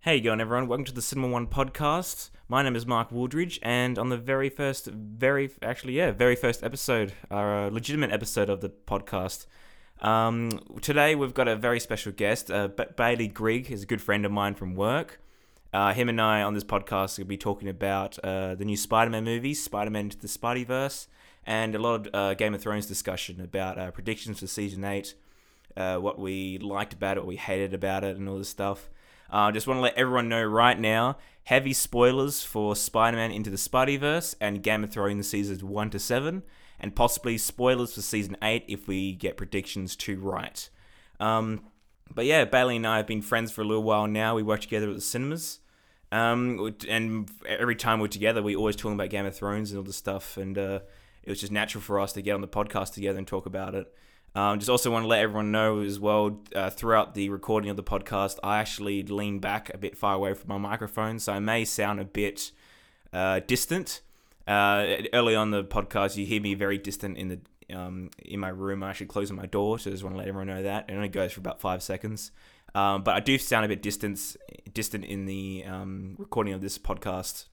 Hey, going everyone? Welcome to the Cinema One podcast. My name is Mark Wooldridge, and on the very first, very actually, yeah, very first episode, our uh, legitimate episode of the podcast. Um, today we've got a very special guest. Uh, ba- Bailey Grigg is a good friend of mine from work. Uh, him and I on this podcast will be talking about uh, the new Spider-Man movies, Spider-Man to the Spideyverse, and a lot of uh, Game of Thrones discussion about uh, predictions for season eight uh, what we liked about it, what we hated about it, and all this stuff. Uh, just want to let everyone know right now heavy spoilers for Spider Man Into the Spideyverse and Game of Thrones seasons 1 to 7, and possibly spoilers for season 8 if we get predictions too right. Um, but yeah, Bailey and I have been friends for a little while now. We work together at the cinemas. Um, and every time we're together, we always talking about Game of Thrones and all this stuff. And uh, it was just natural for us to get on the podcast together and talk about it. Um, just also want to let everyone know as well. Uh, throughout the recording of the podcast, I actually lean back a bit far away from my microphone, so I may sound a bit uh, distant. Uh, early on the podcast, you hear me very distant in the um, in my room. I actually close my door, so just want to let everyone know that. It only goes for about five seconds, um, but I do sound a bit distant distant in the um, recording of this podcast.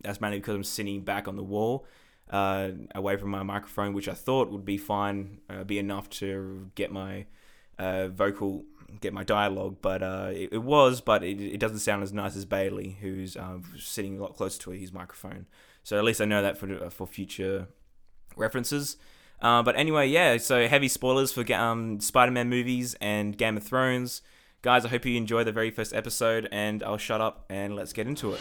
That's mainly because I'm sitting back on the wall, uh, away from my microphone, which I thought would be fine, uh, be enough to get my uh, vocal, get my dialogue, but uh, it, it was, but it, it doesn't sound as nice as Bailey, who's um, sitting a lot closer to his microphone. So at least I know that for uh, for future references. Uh, but anyway, yeah. So heavy spoilers for ga- um, Spider-Man movies and Game of Thrones, guys. I hope you enjoy the very first episode, and I'll shut up and let's get into it.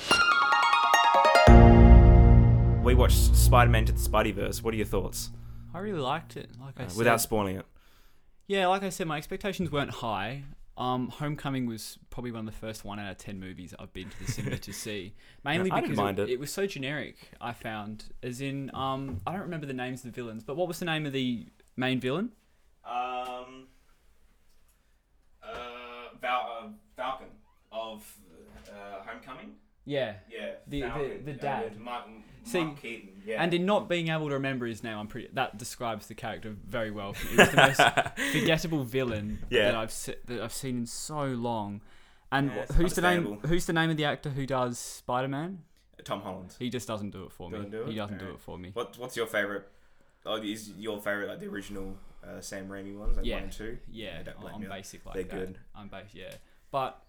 We watched Spider-Man to the Spideyverse. What are your thoughts? I really liked it. Like I said, Uh, Without spoiling it. yeah, like I said, my expectations weren't high. Um, Homecoming was probably one of the first one out of ten movies I've been to the cinema to see. Mainly Yeah, I didn't because mind it. it, was so generic. I found, as in, um, I don't remember the names of the villains, but what was the name of the main villain? Um. Uh, Val- uh Falcon of uh, Homecoming. Yeah. Yeah. The- the- Falcon. the Uh, dad. Mike, See, Mike Keaton. Yeah. And in not being able to remember his name, I'm pretty. That describes the character very well. It was the most forgettable villain Yeah. that I've se- that I've seen in so long. And Yeah, it's who's the name? understandable. Who's the name of the actor who does Spider Man? Tom Holland. He just doesn't do it for me. Doesn't do it? He doesn't do Alright. it for me. What What's your favorite? Oh, is your favorite like the original uh, Sam Raimi ones, like Yeah. one and two? Yeah, don't blame I'm you. basic like They're that. good. I'm basic, yeah. But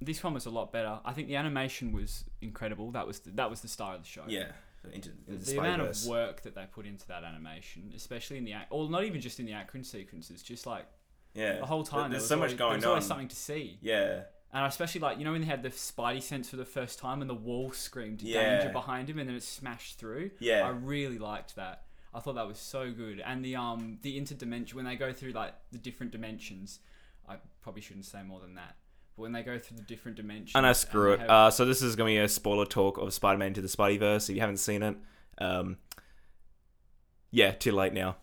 this one was a lot better. I think the animation was incredible. That was the, that was the star of the show. Yeah. Into, into the, the amount of Spider-Verse. work that they put into that animation, especially in the ac- or not even just in the action sequences, just like Yeah. the whole time. There's there was so much always, there going was always on. something to see, Yeah. and I especially like you know when they had the Spidey sense for the first time and the wall screamed Yeah. danger behind him, and then it smashed through. I Yeah. really liked that. I thought that was so good. And the um the interdimension when they go through like the different dimensions, I probably shouldn't say more than that. But when they go through the different dimensions, And I screw they it. have- Uh, so this is gonna be a spoiler talk of Spider-Man to the Spideyverse. If you haven't seen it, um, yeah, too late now.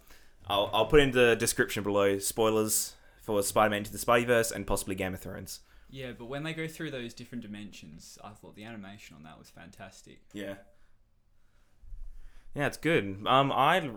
I'll I'll put in the description below spoilers for Spider-Man to the Spideyverse and possibly Game of Thrones. yeah, but when they go through those different dimensions, I thought the animation on that was fantastic. Yeah. Yeah, it's good. Um, I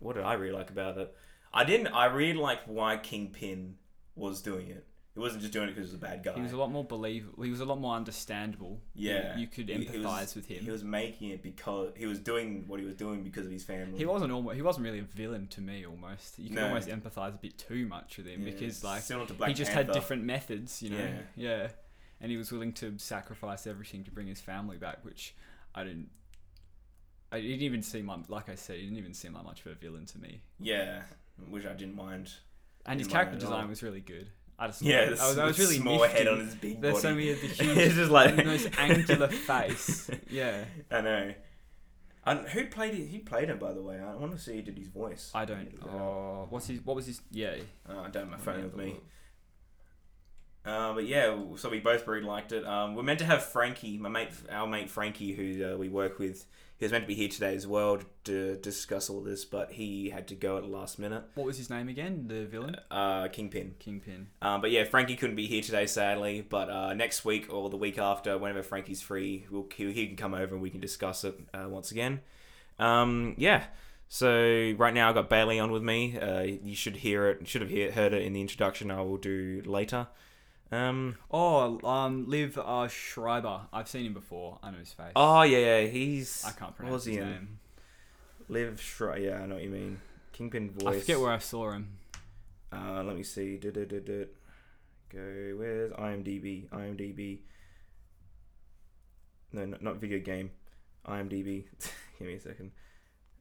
what did I really like about it? I didn't. I really liked why Kingpin was doing it. He wasn't just doing it because he was a bad guy. He was a lot more believable. He was a lot more understandable. You- yeah, you, could He- he was- empathize with him. He was making it because he was doing what he was doing because of his family. He wasn't almost. He wasn't really a villain to me. Almost, you can No. almost empathize a bit too much with him Yeah, because, like, similar to Black he just had Panther. different methods, you know. Yeah. Yeah. and he was willing to sacrifice everything to bring his family back, which I didn't. I it didn't even seem like, like I said, he didn't even seem like much of a villain to me. Yeah, which I didn't mind. And his Didn't mind character at all. design was really good. I just Yeah, I the, was, I was the really small miffed head him. on his big There's body. so many of the it's huge, just like the most angular face. Yeah, I know. And who played it? Who played him, by the way? I want to see who did his voice. I don't. Oh, what's his? What was his? Yeah, Oh, I don't have my let me phone have with a me. look. Uh, but yeah, so we both really liked it. Um, we're meant to have Frankie, my mate, our mate Frankie, who uh, we work with. He was meant to be here today as well to discuss all this, but he had to go at the last minute. What was his name again? The villain, Uh, Kingpin. Kingpin. Um, but yeah, Frankie couldn't be here today, sadly. But uh, next week or the week after, whenever Frankie's free, we'll, he, he can come over and we can discuss it uh, once again. Um, yeah. So right now I've got Bailey on with me. Uh, you should hear it. Should have hear, heard it in the introduction. I will do later. Um. Oh, um, Liv uh, Schreiber. I've seen him before. I know his face. Oh yeah, yeah. He's. I can't what pronounce was his he in? name. Liv Schreiber. Yeah, I know what you mean. Kingpin voice. I forget where I saw him. Uh, let me see. Du- du- du- du. Go. Where's IMDb? IMDb. No, not, not video game. IMDb. Give me a second.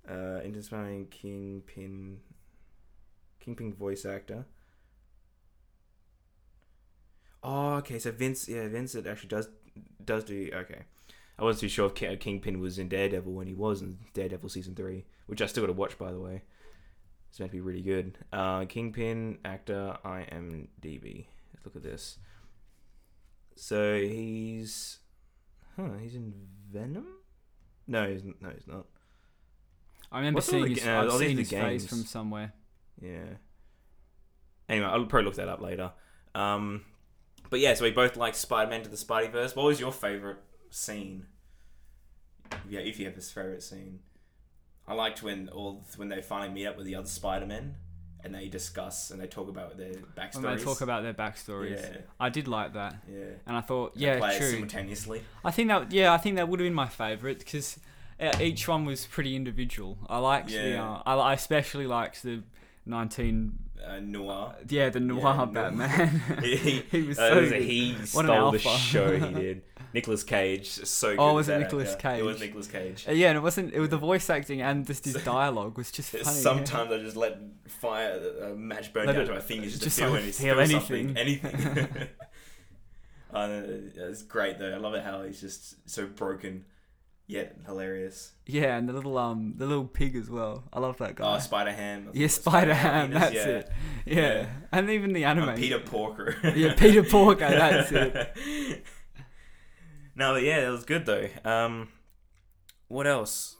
Uh, inspiring Kingpin. Kingpin voice actor. Oh, okay. So Vince, yeah, Vince it actually does does do. Okay, I wasn't too sure if Ki- Kingpin was in Daredevil when he was in Daredevil season three, which I still got to watch by the way. It's meant to be really good. Uh, Kingpin actor IMDb. Let's look at this. So he's, huh? He's in Venom. No, he's no, he's not. I remember What's all seeing the his, ga- uh, I've all these seen are his face games. from somewhere. Yeah. Anyway, I'll probably look that up later. Um, but yeah, so we both like Spider-Man to the Spideyverse. What was your favorite scene? Yeah, if you have a favorite scene, I liked when all when they finally meet up with the other Spider-Men and they discuss and they talk about their backstories. When they talk about their backstories, Yeah. I did like that, yeah, and I thought, And they yeah, play it true. simultaneously. I think that yeah, I think that would have been my favorite because each one was pretty individual. I liked the Yeah. uh, I, I especially liked the nineteen Uh, noir. yeah the noir noir. Batman. he, he was uh, so was- good. he What an stole the alpha. show. He did. Nicholas Cage, so good. Oh, at was it that Nicolas actor. It was Cage? Nicolas Cage. Uh, yeah, and it wasn't it was the voice acting and just his dialogue was just funny. yeah. Sometimes I just let fire a match burn Let down it- to my fingers just, just to feel, like any, feel feel anything. anything. Anything. uh, it's great though. I love it how he's just so broken, yet hilarious. Yeah, and the little um the little pig as well. I love that guy. Oh, Spider Ham. yeah, Spider Ham. That's yeah. it. Yeah. Yeah. and even the And anime. Peter Porker. Yeah, Peter Porker. That's it. no, but yeah, that was good though. Um, what else?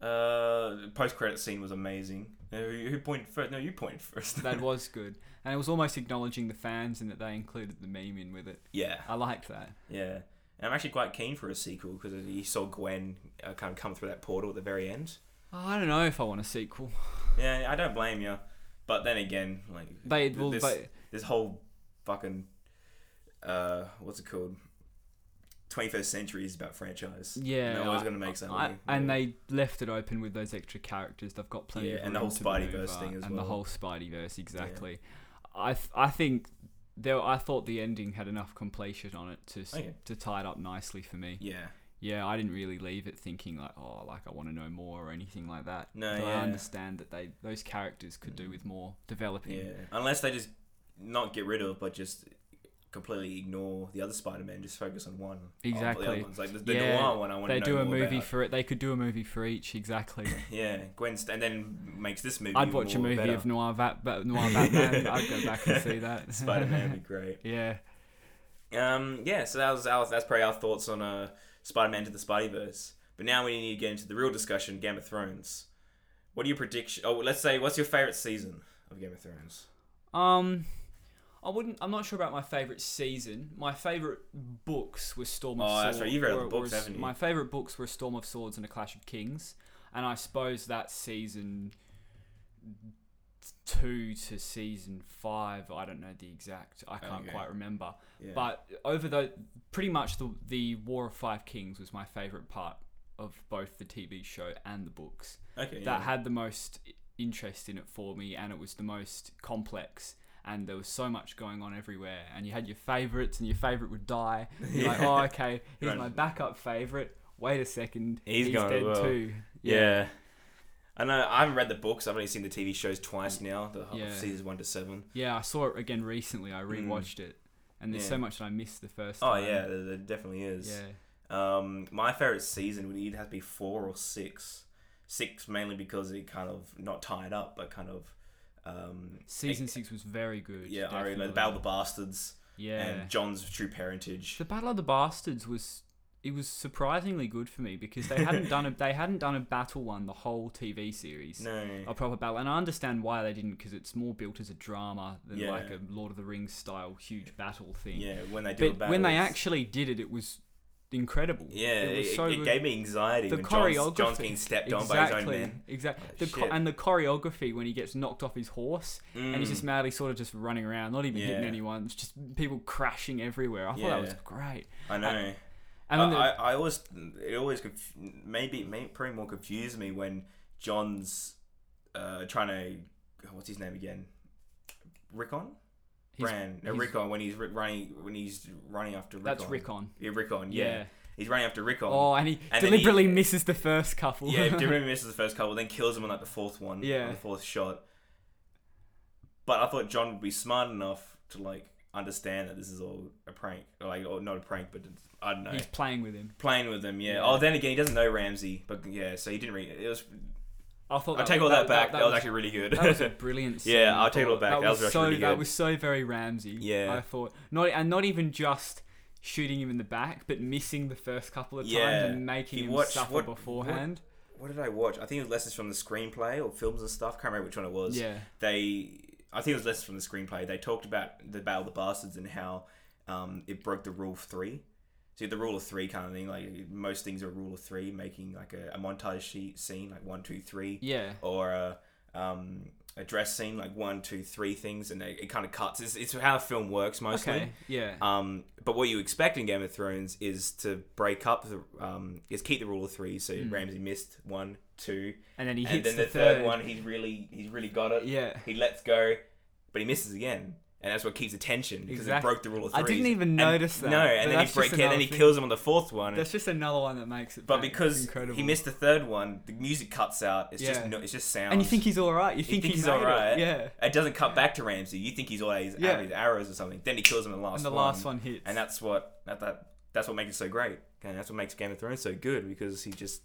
Uh, post credit scene was amazing. Uh, who who pointed first? No, you pointed first. That was good, and it was almost acknowledging the fans and that they included the meme in with it. yeah. I liked that. Yeah. And I'm actually quite keen for a sequel because you saw Gwen uh, kind of come through that portal at the very end. I don't know if I want a sequel. Yeah, I don't blame you. But then again, like They th- well, this, they, this whole fucking uh, what's it called? 21st century is about franchise. yeah. no one's I- gonna make something. I- And Yeah. they left it open with those extra characters. They've got plenty. Yeah, of and the room whole to maneuver, Spideyverse thing as and well. the whole Spideyverse exactly. I th- I think there. I thought the ending had enough completion on it to s Okay. to tie it up nicely for me. yeah, Yeah, I didn't really leave it thinking like, oh, like I want to know more or anything like that. No, But Oh, yeah. Mm. I understand that they those characters could do with more developing. yeah. Unless they just not get rid of, but just completely ignore the other Spider-Man, just focus on one. of the other Exactly. ones. Like the, the Yeah, noir one, I want to They know do a more movie about. for it. They could do a movie for each exactly. Yeah, Gwen, St- and then makes this movie. I'd watch a more movie better. of Noir, Bat- Bat- Noir Batman. I'd go back and see that. Spider Man would be great. yeah. Um, yeah, so that was our, that's probably our thoughts on uh, Spider Man to the Spideyverse. But now we need to get into the real discussion Game of Thrones. What are your prediction? Oh, let's say, what's your favorite season of Game of Thrones? Um, I wouldn't. I'm not sure about my favorite season. My favorite books were Storm of Oh, Swords. that's right, you've read all were- the books, was- haven't you? My favorite books were Storm of Swords and A Clash of Kings, and I suppose that season two to season five. I don't know the exact. I can't Okay. quite remember. Yeah. But over the pretty much the the War of Five Kings was my favorite part of both the TV show and the books okay, that yeah. had the most i- interest in it for me and it was the most complex and there was so much going on everywhere and you had your favorites and your favorite would die you're like Yeah. oh okay here's Right. my backup favorite wait a second He's gone as dead well." too yeah. I know. I haven't read the books. I've only seen the TV shows twice now. The whole Mm. Yeah. seasons one to seven. yeah i saw it again recently i rewatched it and there's Mm. Yeah. so much that i missed the first Oh time yeah, there, there definitely is. yeah Um, my favorite season would either have to be four or six. Six mainly because it kind of not tied up, but kind of um, season six was very good yeah, I really like the definitely. Battle of the Bastards yeah and John's true parentage. The Battle of the Bastards was it was surprisingly good for me because they hadn't done a they hadn't done a battle one the whole TV series. No, A proper battle, and I understand why they didn't because it's more built as a drama than Yeah. like a Lord of the Rings style huge battle thing. yeah, when they do a but battle, when they it's- actually did it, it was incredible. Yeah, it it, was so it good. gave me anxiety The when John's, choreography. John's getting stepped on by his own exactly, men. exactly. Like, The cho- shit. and the choreography when he gets knocked off his horse and he's Mm. just madly sort of just running around, not even hitting Yeah. anyone, it's just people crashing everywhere. I thought that was Yeah. great. I know. And I, then the, Uh, I, I always it always conf- maybe may probably more confused me when John's uh, trying to what's his name again, Rickon, He's- Bran, no, he's- Rickon when he's ri- running when he's running after Rickon. that's Rickon. Yeah, Rickon. Yeah. Yeah. he's running after Rickon. Oh, and he And then he- deliberately misses the first couple. yeah, Dimmer misses the first couple, then kills him on like the fourth one, Yeah. on the fourth shot. But I thought John would be smart enough to like understand that this is all a prank, or, like or not a prank, but it's- I don't know. he's playing with him. playing with them, yeah. Yeah. Oh, then again, he doesn't know Ramsey, but yeah, so he didn't really. It was. I thought I that take was- all that, back. That, was, was- actually really good. That was a brilliant. Scene. Yeah, I I'll take it all thought. back. That was so. actually really That good. was so very Ramsey. Yeah. I thought not, and not even just shooting him in the back, but missing the first couple of times Yeah. and making He him watched- suffer what- beforehand. what did I watch? I think it was lessons from the screenplay or films and stuff. Can't remember which one it was. yeah, They, I think it was lessons from the screenplay. They talked about the Battle of the Bastards and how um, it broke the rule of three. So the rule of three kind of thing, like most things are rule of three, making like a, a montage sheet scene, like one, two, three. yeah, or a, um, a dress scene, like one, two, three things, and it, it kind of cuts. It's, it's how film works mostly. okay, yeah, Um, but what you expect in Game of Thrones is to break up the um, is keep the rule of three. So Ramsay missed one, two, and then Hmm. he and then hits the, third, one. He's really he's really got it. Yeah. he lets go, but he misses again, and that's what keeps the tension because it Exact- broke the rule of I three. didn't even notice that, No, but and then that's he break just and then he another thing. kills him on the fourth one. That's just another one that makes it. but back. It's because incredible. he missed the third one, the music cuts out. It's just Yeah. no, it's just sound. and you think he's all right. You think, think he he's made it. all right. Yeah, It doesn't cut back to Ramsey. You think he's always Yeah. out of his arrows or something. Then he kills him in the last and the one. last one hits. And that's what that, that that's what makes it so great. And that's what makes Game of Thrones so good because he just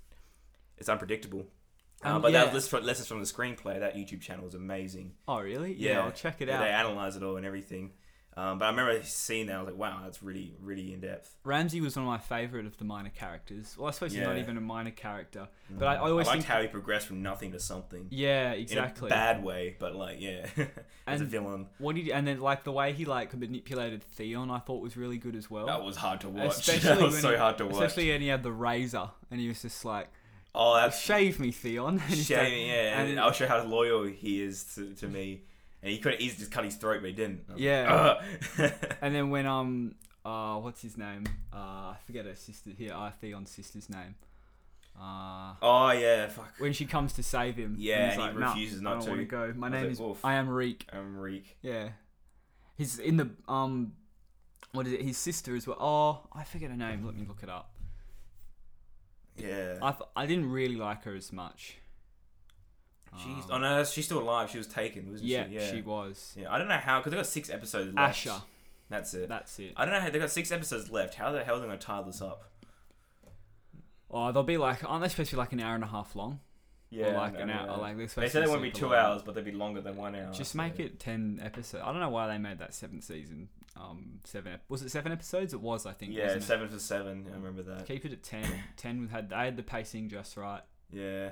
it's unpredictable. Uh, Um, but yeah. that lessons from, lessons from the screenplay. That YouTube channel is amazing. oh really? Yeah. I'll check it Yeah, out. They analyze it all and everything. Um, but I remember seeing that. I was like, wow, that's really really in depth. Ramsey was one of my favorite of the minor characters. Well, I suppose he's not Yeah. Mm. even a minor character, but I, I always I liked think. how he progressed from nothing to something. yeah, exactly. In a bad way, but like yeah, as a And- villain, What did and then like the way he like manipulated Theon, I thought was really good as well. that was hard to watch. that was when so he- hard to watch. Especially when he had the razor and he was just like, oh, that's "Shave me, Theon." And he's Shame, like- yeah, and, and- I'll show how loyal he is to, to me. And he could have easily just cut his throat, but he didn't. I was Yeah. like, "Ugh." And then when um, uh, what's his name? Uh, I forget her sister here. Uh, Theon's sister's name. Uh, oh yeah, fuck. when she comes to save him, Yeah, and he's he like, "Nah, refuses I not don't to." want to go. My I was name like, is "Wolf." I am Reek. I'm reek. Yeah. He's in the um what is it? His sister as well. Oh, I forget her name. Let me look it up. Yeah. I th- I didn't really like her as much. She's oh Um, no, she's still alive. She was taken, wasn't yeah, she? Yeah. she was. yeah. I don't know how because they got six episodes left. Asher, That's it. that's it. I don't know how they got six episodes left. How the hell are they gonna tie this up? Oh, they'll be like, aren't they supposed to be like an hour and a half long? or like no, an hour. no. Or like they're they supposed said to they won't be be super two long. hours, but they'd be longer than one hour. Just make it ten episodes. I don't know why they made that seventh season. Um, seven. Ep- was it seven episodes? It was, I think. Yeah, wasn't it? seven for seven. I remember that. Keep it at ten. ten we had they had the pacing just right. Yeah.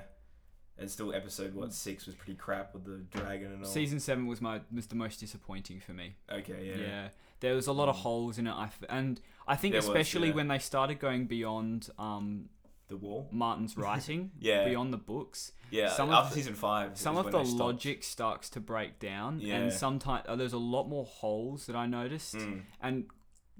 And still, episode what six was pretty crap with the dragon and all. Season seven was my was the most disappointing for me. Okay, Yeah. yeah. Mm. There was a lot of holes in it, I f- and I think There was, especially yeah. when they started going beyond um, The wall. Martin's writing, Yeah. beyond the books, Yeah, Some of after the- season five, some is of when the they stopped. logic starts to break down, Yeah. and sometimes uh, there's a lot more holes that I noticed, Mm. and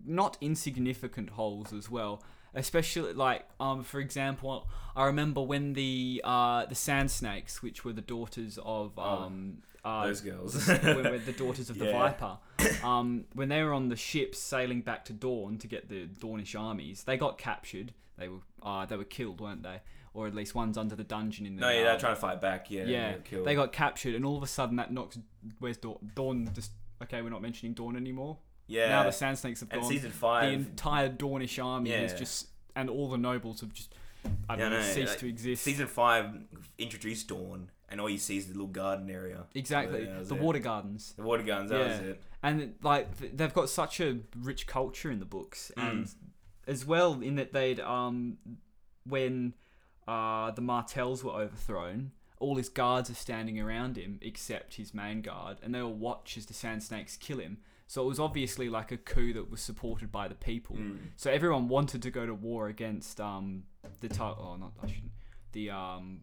not insignificant holes as well. Especially like, um, for example, I remember when the uh, the Sand Snakes, which were the daughters of um, uh, Oh. Those girls. when we're the daughters of the Yeah. Viper. Um, when they were on the ships sailing back to Dawn to get the Dornish armies, they got captured. They were uh, they were killed, weren't they? Or at least one's under the dungeon in the. no, yeah, um, they're trying to fight back. Yeah, yeah, they were killed. they got captured, and all of a sudden that knocks. Where's Dawn? Dawn just okay. We're not mentioning Dawn anymore. yeah. Now the Sand Snakes have and gone. season The five, entire Dornish army is Yeah. just, and all the nobles have just, I Yeah, don't know, no, ceased like, to exist. season five introduced Dawn, and all you see is the little garden area. exactly, Yeah, that was the it. water gardens. The water guns. That was Yeah. it. and like th- they've got such a rich culture in the books and as well in that they'd um when uh the martells were overthrown all his guards are standing around him except his main guard, and they all watch as the Sand Snakes kill him. So it was obviously like a coup that was supported by the people. Mm. So everyone wanted to go to war against um the Ty- oh not I shouldn't the um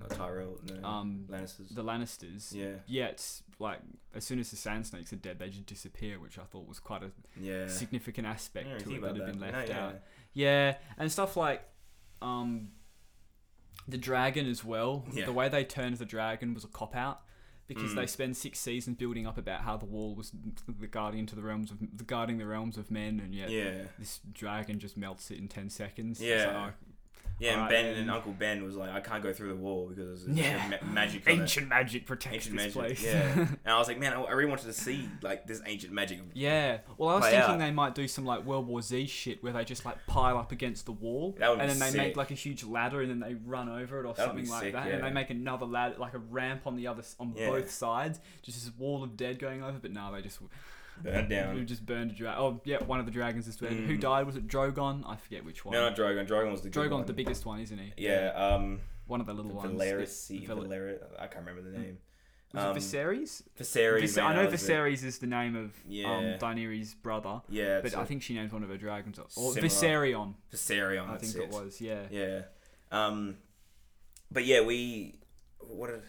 Not Tyrell. No. um Lannisters. the Lannisters. yeah. Yet like as soon as the Sand Snakes are dead, they just disappear, which I thought was quite a Yeah. significant I aspect didn't to think it that about had been that. left No, yeah. out. Yeah, and stuff like um, the dragon as well. Yeah. The way they turned the dragon was a cop out because Mm. they spend six seasons building up about how the wall was the guardian to the realms of the guarding the realms of men, and yet Yeah. this dragon just melts it in ten seconds. It's Yeah. like, oh, Yeah, and Alright, Ben then. and Uncle Ben was like, I can't go through the wall because it's Yeah. ma- magic. oh, on it. ancient magic protects Ancient this magic. place. Yeah. and I was like, man, I, I really wanted to see like this ancient magic. Yeah. Well, I was Play thinking out. they might do some like World War Z shit where they just like pile up against the wall That would and be then they make sick. like a huge ladder and then they run over it or That would be something like sick, that yeah. and they make another ladder like a ramp on the other s- on Yeah. both sides just this wall of dead going over but no they just Burn we down. just burned a dragon oh yeah one of the dragons is dead who Mm. died was it Drogon I forget which one No, not Drogon. Drogon was the good Drogon's one. the biggest one isn't he Yeah. Um. one of the little ones Valeris. Val- Valeris. I can't remember the name. was um, it Viserys, Viserys. Vise- man, I know that was it. Viserys is the name of um, Yeah. Daenerys' brother Yeah. but so I think she named one of her dragons or Similar. Viserion. Viserion. I that's think it it. was. Yeah. Yeah. Um, but yeah, we what a-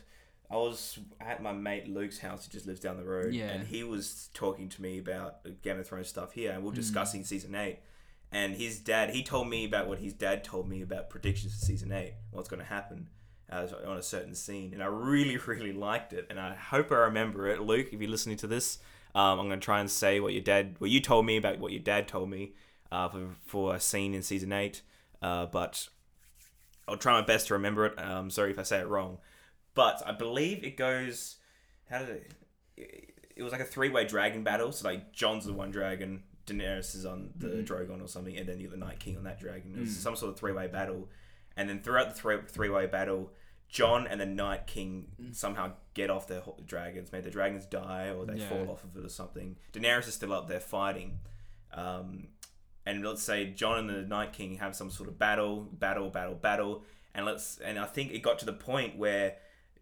I was at my mate Luke's house, who just lives down the road, Yeah. and he was talking to me about Game of Thrones stuff here, and we are discussing season eight. And his dad, he told me about what his dad told me about predictions for season eight, what's going to happen uh, on a certain scene, and I really, really liked it, and I hope I remember it. Luke, if you're listening to this, um, I'm going to try and say what your dad, what you told me about what your dad told me uh, for for a scene in season eight, uh, but I'll try my best to remember it. Um, sorry if I say it wrong, but I believe it goes. How did it? It, it was like a three-way dragon battle. So like John's the one dragon, Daenerys is on the Drogon or something, and then you got the Night King on that dragon. It was some sort of three-way battle, and then throughout the three three-way battle. John and the Night King somehow get off their ho- dragons. Maybe the dragons die or they Yeah. fall off of it or something. Daenerys is still up there fighting. Um, and let's say John and the Night King have some sort of battle, battle, battle, battle, and let's and I think it got to the point where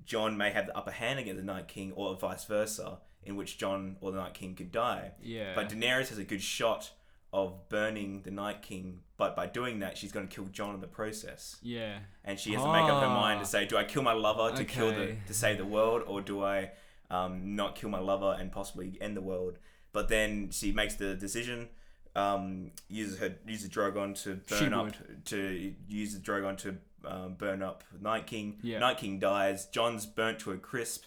John may have the upper hand against the Night King, or vice versa, in which John or the Night King could die. Yeah. But Daenerys has a good shot of burning the Night King, but by doing that, she's going to kill John in the process, yeah. and she has to make up her Ah. mind to say, do I kill my lover to kill the Okay. to save the world, or do I um, not kill my lover and possibly end the world? But then she makes the decision. Um, uses her uses Drogon to burn She up would. to use the Drogon to um, burn up Night King. Yeah. Night King dies. John's burnt to a crisp.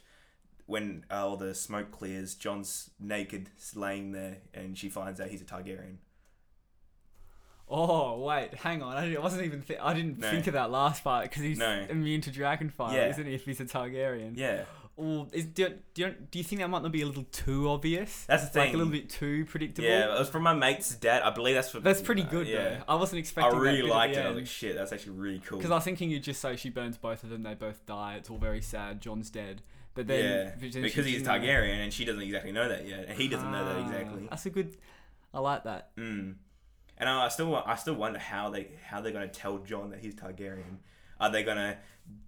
When uh, all the smoke clears, John's naked, laying there, and she finds out he's a Targaryen. Oh wait, hang on. I didn't- I wasn't even. Th- I didn't No. think of that last part because he's No. immune to dragon fire, Yeah. isn't he? If he's a Targaryen. Yeah, Or is, do, you- do, you- do you think that might not be a little too obvious? that's the thing. Like a little bit too predictable. yeah, it was from my mate's dad. I believe that's what. That's pretty good yeah. though. I wasn't expecting. I really that liked it. I was like, shit, that's actually really cool. Because I was thinking you'd just say she burns both of them. They both die. It's all very sad. John's dead. But then yeah, but then because she he's didn't know. Targaryen, and she doesn't exactly know that yet, and he doesn't know that Ah, exactly. That's a good. I like that. Mm. And I, I still, I still wonder how they, how they're gonna tell John that he's Targaryen. Are they gonna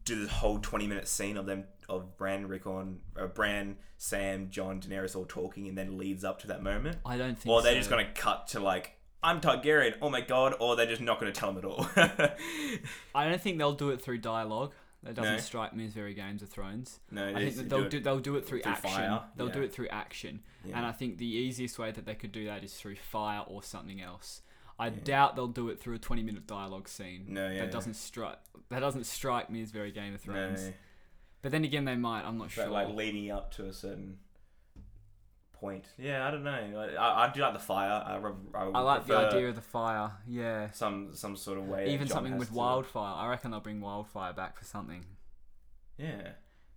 do this whole twenty minute scene of them, of Bran, Rickon, uh, Bran, Sam, John, Daenerys all talking, and then leads up to that moment? I don't think. Or they're so. just gonna cut to like, I'm Targaryen, oh my god, or they're just not gonna tell him at all. I don't think they'll do it through dialogue. That doesn't No. strike me as very Games of Thrones. no, I think that they'll do, they'll do it through, through action. fire, They'll do yeah. it through action, Yeah. and I think the easiest way that they could do that is through fire or something else. I doubt they'll do it through a twenty-minute dialogue scene. No, yeah, that yeah. doesn't strike. That doesn't strike me as very Game of no, Thrones. But then again, they might. I'm not but sure. like leading up to a certain point. Yeah, I don't know. I, I, I do like the fire. I, re- I, would I like the prefer idea of the fire. Yeah, some some sort of way. that even Jon something has with to- wildfire. I reckon they'll bring wildfire back for something. Yeah.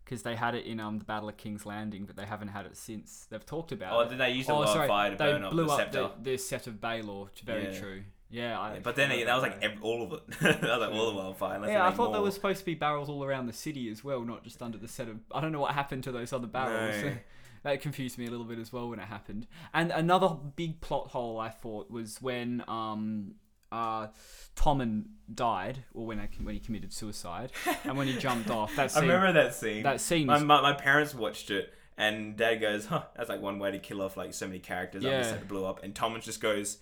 because they had it in um the Battle of King's Landing, but they haven't had it since. They've talked about Oh, it. did they use the wildfire to they burn up blew the up scepter? The, the set of Baelor. which- Very Yeah. true. Yeah, I, But then again, that was like ev- all of it. that was like all the wildfire. unless they yeah, I make thought there more. was supposed to be barrels all around the city as well, not just under the set of. I don't know what happened to those other barrels. No. that confused me a little bit as well when it happened. And another big plot hole I thought was when um uh, Tommen died, or when I, when he committed suicide, and when he jumped off. That I scene, remember that scene. that scene my, was my, my parents watched it, and Dad goes, "Huh, that's like one way to kill off like so many characters." I just Yeah. had to blew up, and Tommen just goes,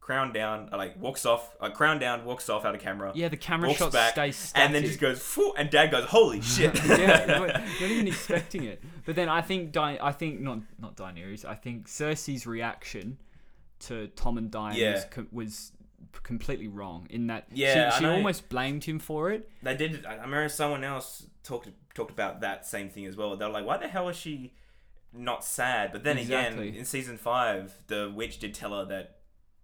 "Crown down," uh, like walks off, uh, crown down, walks off out of camera. yeah. The camera walks shots back, stay and then just static. goes, Phew, and Dad goes, "Holy shit!" yeah, you're not even expecting it. But then I think Di- I think not not Daenerys. I think Cersei's reaction to Tom and Diane was, Yeah. com- was p- completely wrong in that Yeah, she, I she know. almost blamed him for it. They did. I I remember someone else talked talked about that same thing as well. They're like, "Why the hell is she not sad?" But then Exactly. again, in season five, the witch did tell her that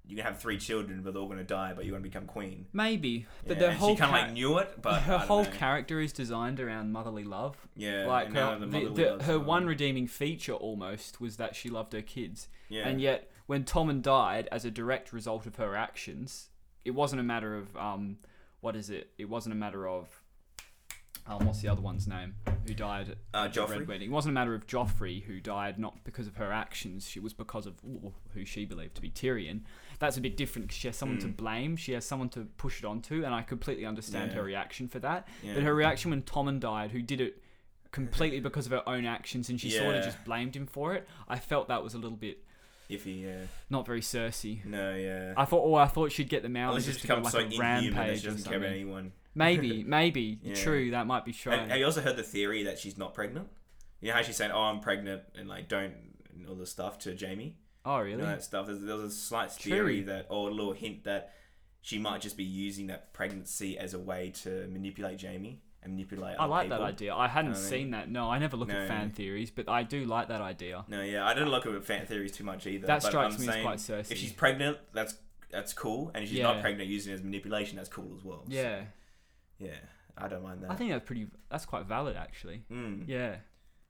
you're gonna have three children, but they're all gonna die, but you're gonna become queen. Maybe, but Yeah, the and whole she kind of char- like knew it, but her I don't whole know. character is designed around motherly love. yeah, like and now her, the the, motherly the, love's her gone. one redeeming feature almost was that she loved her kids Yeah. and yet when Tommen died as a direct result of her actions it wasn't a matter of um what is it it wasn't a matter of um, what's the other one's name who died Uh, at the Joffrey? Red Wedding? It wasn't a matter of Joffrey who died not because of her actions. She was because of ooh, who she believed to be Tyrion. That's a bit different 'cause she has Hmm. someone to blame. She has someone to push it onto, and I completely understand Yeah. her reaction for that. Yeah. But her reaction when Tommen died, who did it completely because of her own actions, and she sort of Yeah. just blamed him for it. I felt that was a little bit iffy. Yeah, not very Cersei. no, yeah. I thought, oh, I thought she'd get them out and Unless just she's to go become like so a inhuman that rampage she or doesn't care about something. anyone. Maybe, maybe, Yeah. true. That might be true. And have you also heard the theory that she's not pregnant? You know how she's saying, "Oh, I'm pregnant," and like don't and all this stuff to Jamie. oh, and really? all that stuff. There's, there's a slight True. theory that, or a little hint that she might just be using that pregnancy as a way to manipulate Jamie and manipulate. I other like that people. idea. I hadn't I mean- seen that. No, I never look at No. fan theories, but I do like that idea. No, yeah, I don't look at fan theories too much either. That but strikes I'm me as saying quite Cersei. If she's pregnant, that's that's cool, and if she's Yeah. not pregnant, using it as manipulation, that's cool as well. So, Yeah, yeah, I don't mind that. I think that's pretty. That's quite valid, actually. Mm. Yeah,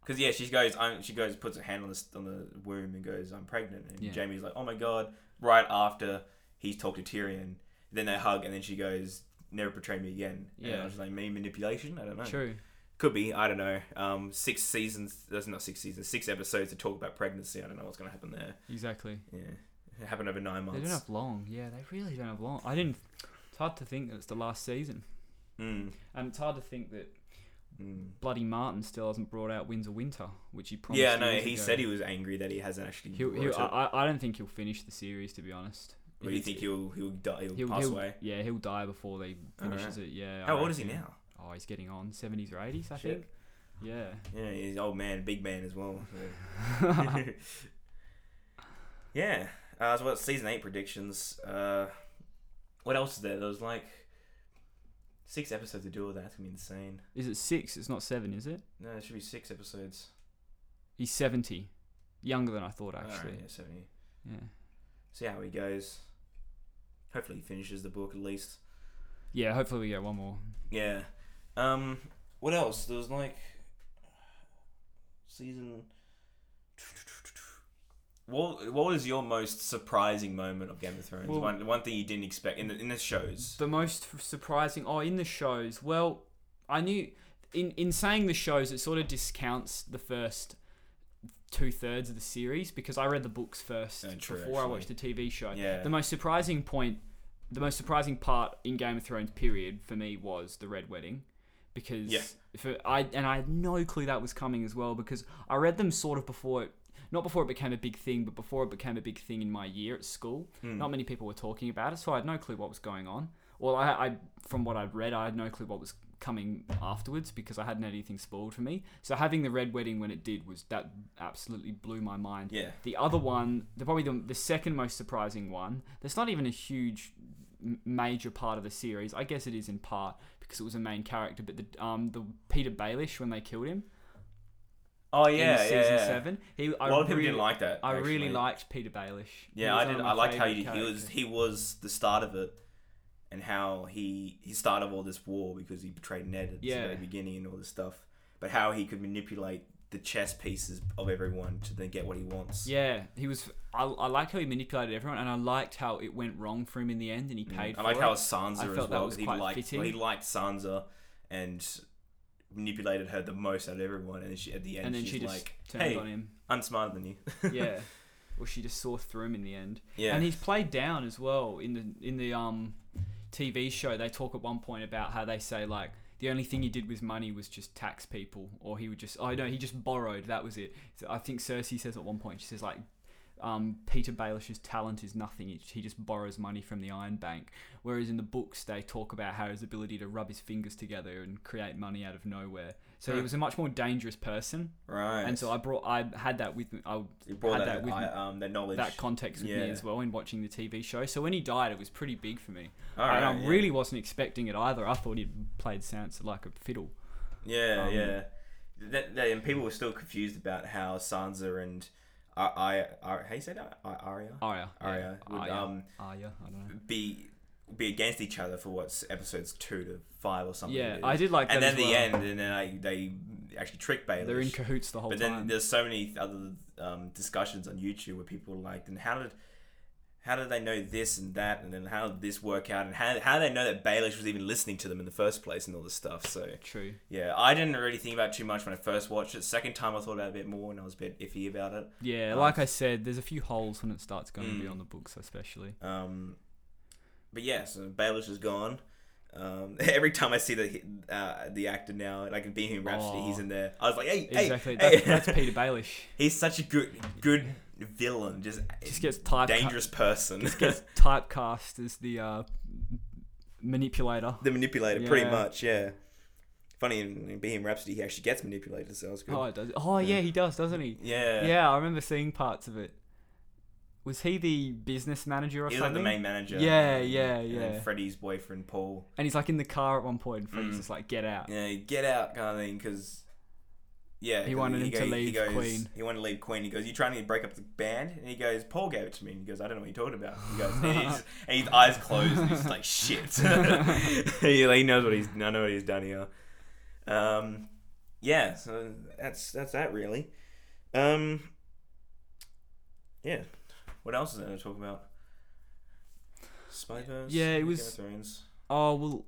Because yeah, she goes, i she goes, puts her hand on the on the womb and goes, "I'm pregnant." And Yeah. Jamie's like, "Oh my god!" Right after he's talked to Tyrion, then they hug, and then she goes, "Never betray me again." and Yeah. I was like, "Me manipulation? I don't know. true. Could be. I don't know. Um, six seasons. That's not six seasons. Six episodes to talk about pregnancy. I don't know what's gonna happen there. Exactly. Yeah, it happened over nine They months. don't have long. Yeah, they really don't have long. I didn't. It's hard to think that it's the last season, Mm. and it's hard to think that Mm. bloody Martin still hasn't brought out Winds of Winter, which he promised. Yeah, no. years He ago. said he was angry that he hasn't actually. He'll, brought he'll, uh, it. I, I I don't think he'll finish the series, to be honest. Or you think he'll he'll die? He'll, pass away. Yeah, he'll die before they Alright. finishes it. Yeah. I How old is he reckon. now? Oh, he's getting on seventies or eighties, I Shit. think. Yeah. Yeah, he's an old man, big man as well. so. yeah. Uh, so what season eight predictions? Uh, what else is there? There was like six episodes to do with that. That's gonna be insane. Is it six? It's not seven, is it? No, it should be six episodes. He's seventy, younger than I thought All right, actually. yeah, seventy. yeah. See how he goes. Hopefully, he finishes the book at least. Yeah. Hopefully we get one more. Yeah. Um. What else? There was like season. What What was your most surprising moment of Game of Thrones? Well- one One thing you didn't expect in the in the shows. The most f- surprising. Oh, in the shows. Well, I knew. In in saying the shows, it sort of discounts the first two thirds of the series because I read the books first Yeah, true, before I actually. watched the TV show. Yeah. The most surprising point, the most surprising part in Game of Thrones period for me was the red wedding, because Yeah. for I and I had no clue that was coming as well because I read them sort of before it. Not before it became a big thing, but before it became a big thing in my year at school. Hmm. Not many people were talking about it, so I had no clue what was going on. Well, I, I from what I'd read, I had no clue what was coming afterwards because I hadn't had anything spoiled for me. So having the red wedding when it did was that absolutely blew my mind. Yeah. The other one, the probably the, the second most surprising one. That's not even a huge, m- major part of the series. I guess it is in part because it was a main character. But the um the Peter Baelish when they killed him Oh in yeah, season yeah, yeah. seven. He A I lot of people really, didn't like that. I really actually. liked Peter Baelish. He Yeah, was I one did. of I my liked how he, favourite he was. characters. He was the start of it, and how he he started all this war because he betrayed Ned at Yeah. the very beginning and all this stuff. But how he could manipulate the chess pieces of everyone to then get what he wants. Yeah, he was. I, I liked how he manipulated everyone, and I liked how it went wrong for him in the end, and he paid. Hmm. Mm, I for like it. how Sansa I as well. felt that was 'cause he quite liked fitting. he liked Sansa and manipulated her the most out of everyone. And then she, at the end, and then she's she just like, turned "Hey, on him. I'm smarter than you." Yeah, or she just saw through him in the end. Yeah. And he's played down as well in the in the um TV show. They talk at one point about how they say like the only thing he did with money was just tax people, or he would just oh no he just borrowed that was it. So I think Cersei says at one point she says like. Um, Peter Baelish's talent is nothing. He- He just borrows money from the Iron Bank. Whereas in the books, they talk about how his ability to rub his fingers together and create money out of nowhere. So he Huh. was a much more dangerous person. right. And so I brought, I had that with me. I you brought had that, that with I- me- um, that knowledge. that context with me Yeah. as well in watching the TV show. So when he died, it was pretty big for me, All right, and I yeah. really wasn't expecting it either. I thought he played Sansa like a fiddle. Yeah, Um, yeah. That, that, and people were still confused about how Sansa and I, I, I how you say that? I, Arya, Arya, yeah. Arya would Arya, um Arya, I don't know. be be against each other for what's episodes two to five or something. Yeah, it I is. did like that. And then as the end, well. and then I, they actually trick Baelish. they're in cahoots the whole but then time. there's so many other um, discussions on YouTube where people are like, and how did how did they know this and that, and then how did this work out, and how how did they know that Baelish was even listening to them in the first place, and all this stuff. So True. yeah, I didn't really think about it too much when I first watched it. Second time, I thought about it a bit more, and I was a bit iffy about it. Yeah, Um, like I said, there's a few holes when it starts going to be Mm. on the books, especially. Um, but yeah, so Baelish is gone. Um, every time I see the he- uh, the actor now, like in Bohemian Rhapsody, Aw. he's in there. I was like, hey, Exactly. hey, hey. That's, that's Peter Baelish. he's such a good good villain. Just Just gets typecast. dangerous person. Gets typecast as the uh, manipulator. the manipulator, pretty Yeah. much. Yeah. Funny in, in Bohemian Rhapsody, he actually gets manipulated. So that was good. Oh, it does. Oh, yeah, he does, doesn't he? yeah. Yeah, I remember seeing parts of it. Was he the business manager or He's like something? the main manager. Yeah, yeah, And yeah. then Freddie's boyfriend Paul. and he's like in the car at one point, and Freddy's Mm. just like, "Get out!" Yeah, get out kind of thing because yeah, He wanted him to leave goes, Queen. He wanted to leave Queen. He goes, "You trying to break up the band?" And he goes, "Paul gave it to me." And he goes, "I don't know what you're talking about." He goes, and, he's, and his eyes closed. and He's just like, "Shit." he, like, he knows what he's. I know what he's done here. Um, yeah, so that's that's that really. Um, yeah, what else is there to talk about? Spider. Yeah, it Game was- of Thrones, Oh well,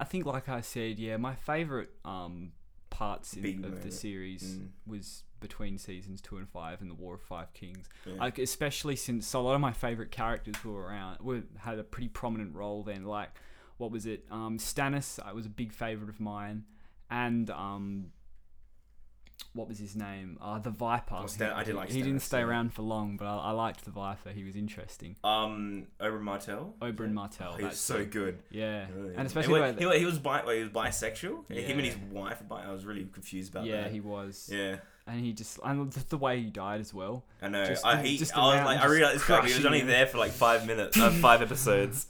I think like I said, yeah, my favorite um parts Big in, of the moment. series Mm. was between seasons two and five and the War of Five Kings. Yeah. Like especially since so a lot of my favorite characters were around, were had a pretty prominent role then. Like what was it? Um, Stannis uh, was a big favorite of mine, and um. What was his name? Uh, the Viper. Oh, Stan- He- I did like He didn't Stannis, stay yeah. around for long, but I, I liked the Viper. He was interesting. Um, Oberyn Martell. Oberyn Martell. Oh, he was that's so it. good. Yeah, Oh, yeah. and especially wa- the way he, wa- he was bi- wait, he was bisexual. Yeah. Him and his wife were bi- I was really confused about yeah, that. he was. yeah, And he just and the, the way he died as well. I know. Just I, the- he, just I was around, like, I just realized it's like he was crushing only him. there for like five minutes, uh, five episodes.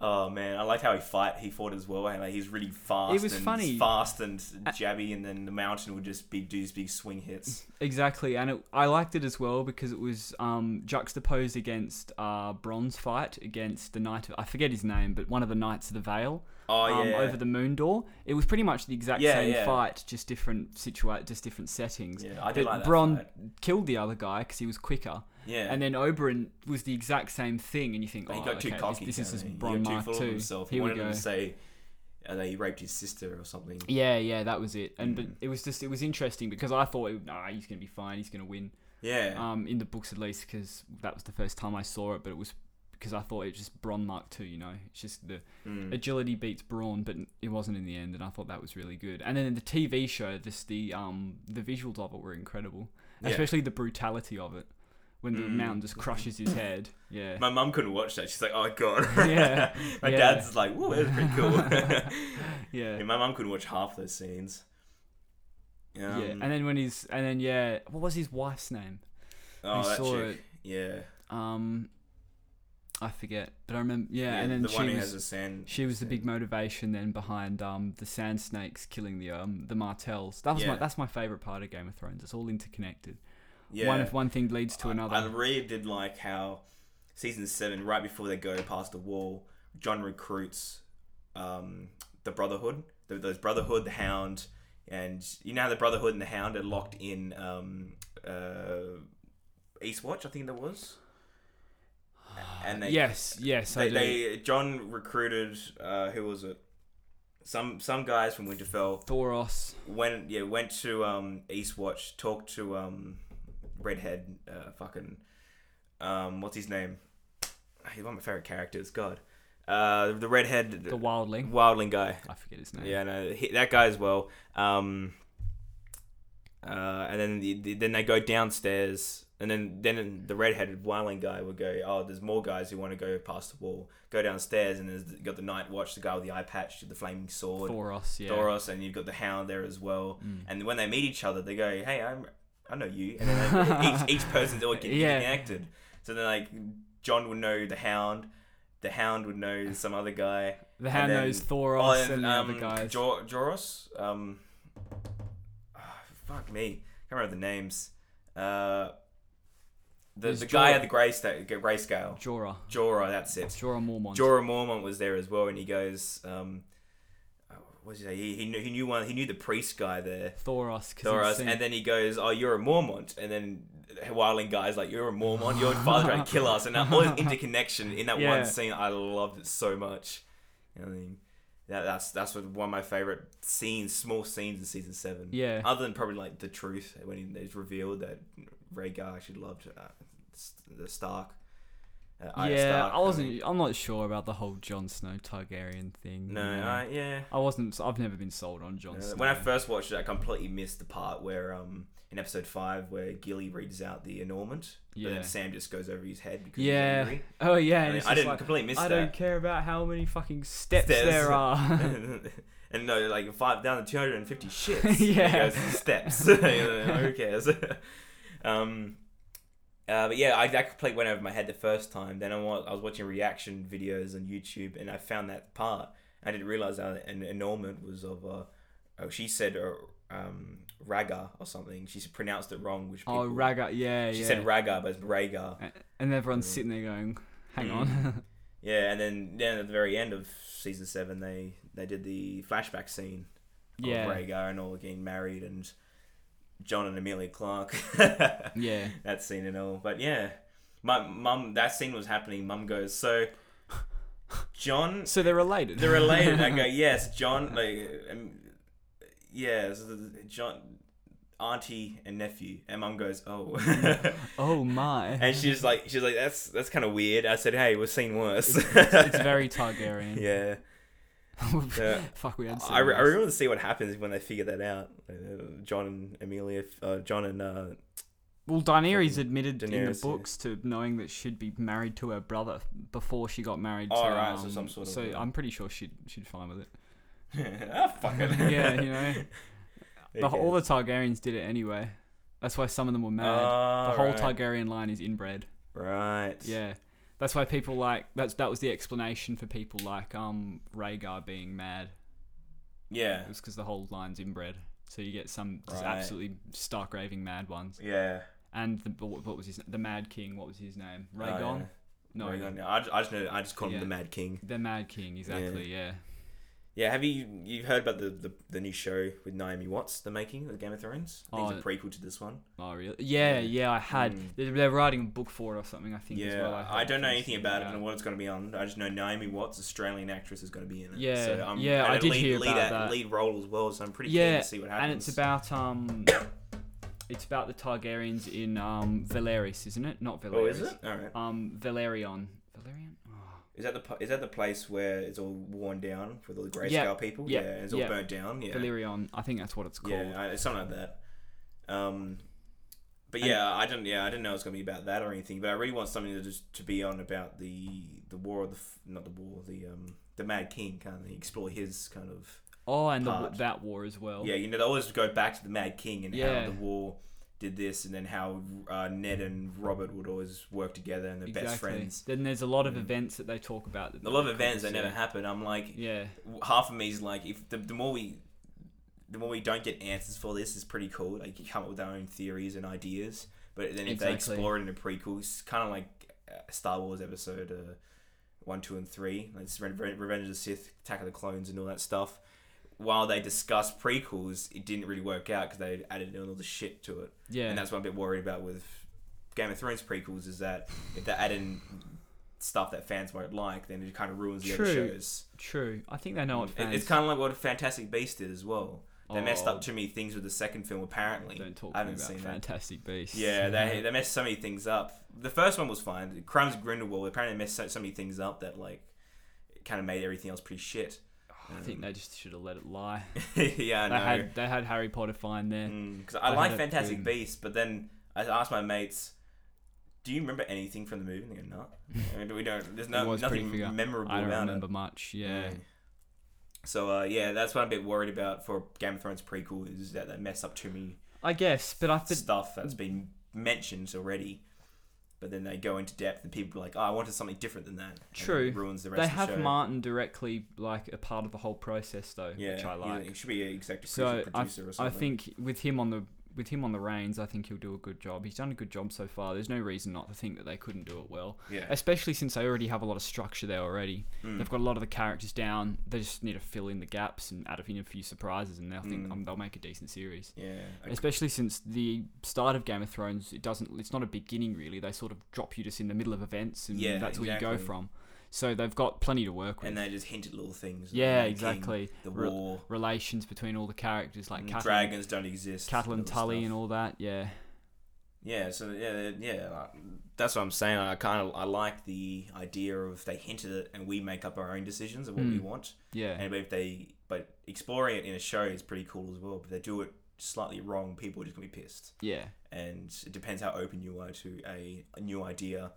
Oh man, I liked how he fight. He fought as well, and like he's really fast. It was and funny. fast and jabby, and then the mountain would just be do these big swing hits. Exactly, and it, I liked it as well because it was um, juxtaposed against uh, Bronze fight against the Knight of I forget his name, but one of the Knights of the Vale Oh um, yeah, over the Moon Door. It was pretty much the exact Yeah, same yeah. fight, just different situa- just different settings. yeah. I did But like that. Bron fight. killed the other guy because he was quicker, yeah, and then Oberyn was the exact same thing. And you think, But oh, he got okay, too this- cocky. This, is kinda. just He Bron got too Mark full of Two. himself. He Here we wanted go. him to say uh, that he raped his sister or something. Yeah, yeah, that was it. And but it was just it was interesting because I thought, nah, he's gonna be fine. He's gonna win. Yeah. Um, in the books at least, because that was the first time I saw it. But it was because I thought it was just Bron Mark Two. You know, it's just the Mm. agility beats brawn, but it wasn't in the end. And I thought that was really good. And then in the TV show, this the um the visuals of it were incredible, Yeah. especially the brutality of it when the Mm. mountain just crushes his head. Yeah. My mum couldn't watch that. She's like, "Oh god." Yeah, my yeah. dad's like, "Whoa, that's pretty cool." yeah. Yeah, my mum couldn't watch half those scenes. Um, yeah, and then when he's and then yeah, what was his wife's name? oh, we that saw chick. Yeah. Um, I forget, but I remember. Yeah, Yeah, and then the she one who was has the sand. she was the big motivation then behind um the Sand Snakes killing the um the Martells. That was my Yeah. that's my favorite part of Game of Thrones. It's all interconnected. Yeah. One if one thing leads to I- another. I really did like how season seven, right before they go past the wall, John recruits um, the Brotherhood. Th those Brotherhood, the Hound, and you know how the Brotherhood and the Hound are locked in um, uh, Eastwatch, I think that was. And they, yes, yes, they, I do. they John recruited uh, who was it? Some some guys from Winterfell Thoros. went yeah went to um, Eastwatch, talked to um, redhead, uh, fucking, um, what's his name? He's one of my favorite characters. God, uh, the redhead, The wildling. wildling guy. I forget his name. Yeah, no, he, that guy as well. Um, uh, and then the, the- then they go downstairs, and then then the redheaded wildling guy would go, "Oh, there's more guys who want to go past the wall. Go downstairs, and there's you got the night watch, the guy with the eye patch, with the flaming sword, Thoros. Yeah. Mm. Thoros, and you've got the Hound there as well. And when they meet each other, they go, "Hey, I'm, I know you." And then they, each each person's all getting Yeah. connected. So then like John would know the Hound, the Hound would know some other guy. The hand and then- knows Thoros Oh, and, the um, other guys. Jor- Joros. Um, ah, fuck me, can't remember the names. Uh, the There's the guy Jor- at the grey sta- grey scale, Jorah. Jorah. That's it. Jorah Mormont. Jorah Mormont was there as well, and he goes, um, oh, "What did he say? He, he knew he knew one. He knew the priest guy there, Thoros. 'cause he'd Thoros, seen- and then he goes, "Oh, you're a Mormont," and then the Wildling guy's like, "You're a Mormont. Your father tried to kill us," and that all this interconnection in that Yeah. one scene, I loved it so much. I mean, that, that's that's what- one of my favorite scenes, small scenes in season seven. Yeah. Other than probably like the truth when he- it's revealed that Rhaegar actually loved uh, the Stark. Uh, Arya yeah, Stark, I mean. wasn't. I'm not sure about the whole Jon Snow Targaryen thing. you No, know. I, yeah. Uh, I wasn't. I've never been sold on Jon Snow. When I first watched it, I completely missed the part where, um, in episode five, where Gilly reads out the enormant, yeah. and Yeah. then Sam just goes over his head because yeah. he's angry. Oh yeah. I, and mean, it's I just didn't like, completely miss I that. don't care about how many fucking steps Stairs. there are. and no, like five down to two hundred and fifty shits. Yeah. it goes to steps. You know, Who cares? um, uh, but yeah, I that complete went over my head the first time. Then I was, I was watching reaction videos on YouTube, and I found that part. I didn't realize that an annulment was of. Uh, oh, she said uh, um, Raga or something. She pronounced it wrong. Which oh, people- Raga. Yeah, She yeah. said Raga, but it's Raga. A- and everyone's sitting there going, "Hang Mm. on." Yeah, and then then at the very end of season seven, they they did the flashback scene. yeah. of Rhaegar and all getting married and John and Amelia Clark. Yeah. that scene and all. But yeah, my mum, that scene was happening. Mum goes, so John, So they're related. they're related. I go, yes, John, like, um, yeah, so the- the- John, auntie and nephew. And mum goes, oh. oh my. and she's like, she's like, that's that's kind of weird. I said, hey, we've seen worse. it's very Targaryen. yeah. Yeah. Fuck, we had. I, re- I serious. really want to see what happens when they figure that out. Uh, John and Amelia, uh, John and uh, Well, Daenerys admitted in the Daenerys, yeah. books to knowing that she'd be married to her brother before she got married. Oh, to, right, so um, some sort of- So I'm pretty sure she'd she'd fine with it. ah, fuck it. yeah, you know, Who the, all the cares? Targaryens did it anyway. That's why some of them were mad. Ah, the whole right. Targaryen line is inbred. Right. Yeah, that's why people like that's that was the explanation for people like um Rhaegar being mad. Yeah. It was because the whole line's inbred. So you get some just Right. absolutely stark raving mad ones. Yeah. And the what what was his the Mad King? What was his name? Oh, Rhaegon. yeah. No, Rhaegon. yeah. I just, I just know. I just call him the Yeah. Mad King. The Mad King, exactly. Yeah. Yeah. Have you you've heard about the, the, the new show with Naomi Watts, The Making, of Game of Thrones? I think it's a Oh. prequel to this one. Oh, really? Yeah, yeah. I had. Mm. They're, they're writing a book for it or something. I think. as Yeah. well. I, heard don't know from anything somebody about it and what it's going to be on. I just know Naomi Watts, Australian actress, is going to be in it. Yeah, So I'm, yeah, and I a did lead, hear lead about act- that. Lead role as well. So I'm pretty Yeah, keen to see what happens. And it's about um, it's about the Targaryens in um Valeris, isn't it? Not Valeris. Oh, is it? All right. Um, Valerion. Valerion. Oh, Is that the pu- is that the place where it's all worn down with all the grayscale Yeah, people? yeah, Yeah, and it's all yeah. burnt down. Yeah, Valerion. I think that's what it's called. yeah, I, it's something like that. Um, but yeah, I didn't. Yeah, I didn't know it was gonna be about that or anything. But I really want something to just to be on about the the war of the f- not the war the um the Mad King kind of explore his kind of oh, and the, part. that war as well. yeah you know they always go back to the Mad King and Oh. Yeah. how the war did this and then how uh, Ned and Robert would always work together and they're best friends. Mm. Then there's a lot of events that they talk about. That A lot of they events that couldn't never see. happen. I'm like, Yeah. half of me is like, if the, the more we, the more we don't get answers for this, is pretty cool. Like you come up with our own theories and ideas, but then if they Exactly. explore it in a prequel, it's kind of like uh, Star Wars Episode uh, one, two, and three. Like it's Re- Re- Revenge of the Sith, Attack of the Clones, and all that stuff. While they discuss prequels, it didn't really work out because they added in all the shit to it. Yeah. And that's what I'm a bit worried about with Game of Thrones prequels is that if they add in stuff that fans won't like, then it kind of ruins the other True. shows. True. I think they know what It- fans. It's kind of like what Fantastic Beast did as well. They messed Oh. up too many things with the second film. Apparently, Don't talk I to me haven't about seen that. Fantastic Beasts. Yeah, they they messed so many things up. The first one was fine. Crimes of Grindelwald apparently messed so, so many things up that like it kind of made everything else pretty shit. I think they just should have let it lie. yeah, I They know. Mm, had they had Harry Potter fine there. Because I I like had a Fantastic boom. Beasts, but then I asked my mates, "Do you remember anything from the movie?" And they go, "No, I mean, we don't. There's It no was pretty nothing figure. memorable I don't about remember it." much. Yeah. Mm. So uh, yeah, that's what I'm a bit worried about for Game of Thrones prequel is that they mess up too many I guess, but I think stuff that's been mentioned already. But then they go into depth, and people are like, "Oh, I wanted something different than that." and it True. ruins the rest. they of the have show. Martin directly like a part of the whole process though, yeah, which I like. It should be an executive So producer I, or I something. think with him on the with him on the reins, I think he'll do a good job. He's done a good job so far. There's no reason not to think that they couldn't do it well, yeah, especially since they already have a lot of structure there already. Mm. They've got a lot of the characters down. They just need to fill in the gaps and add in a few surprises, and I think Mm. um, they'll make a decent series. yeah. I- Especially since the start of Game of Thrones, it doesn't. It's not a beginning really. They sort of drop you just in the middle of events, and Yeah, that's where you go exactly. from. So they've got plenty to work with. And they just hinted little things. at the yeah, Night King, exactly. The Re- war, relations between all the characters, like and Catelyn, Mm, dragons don't exist. Catelyn Tully, and all. all that. Yeah. Yeah, so yeah, yeah, like, that's what I'm saying. I kind of I like the idea of they hinted it, and we make up our own decisions of what we Mm. want. Yeah. And if they, but exploring it in a show is pretty cool as well. But if they do it slightly wrong, people are just gonna be pissed. Yeah. And it depends how open you are to a, a new idea,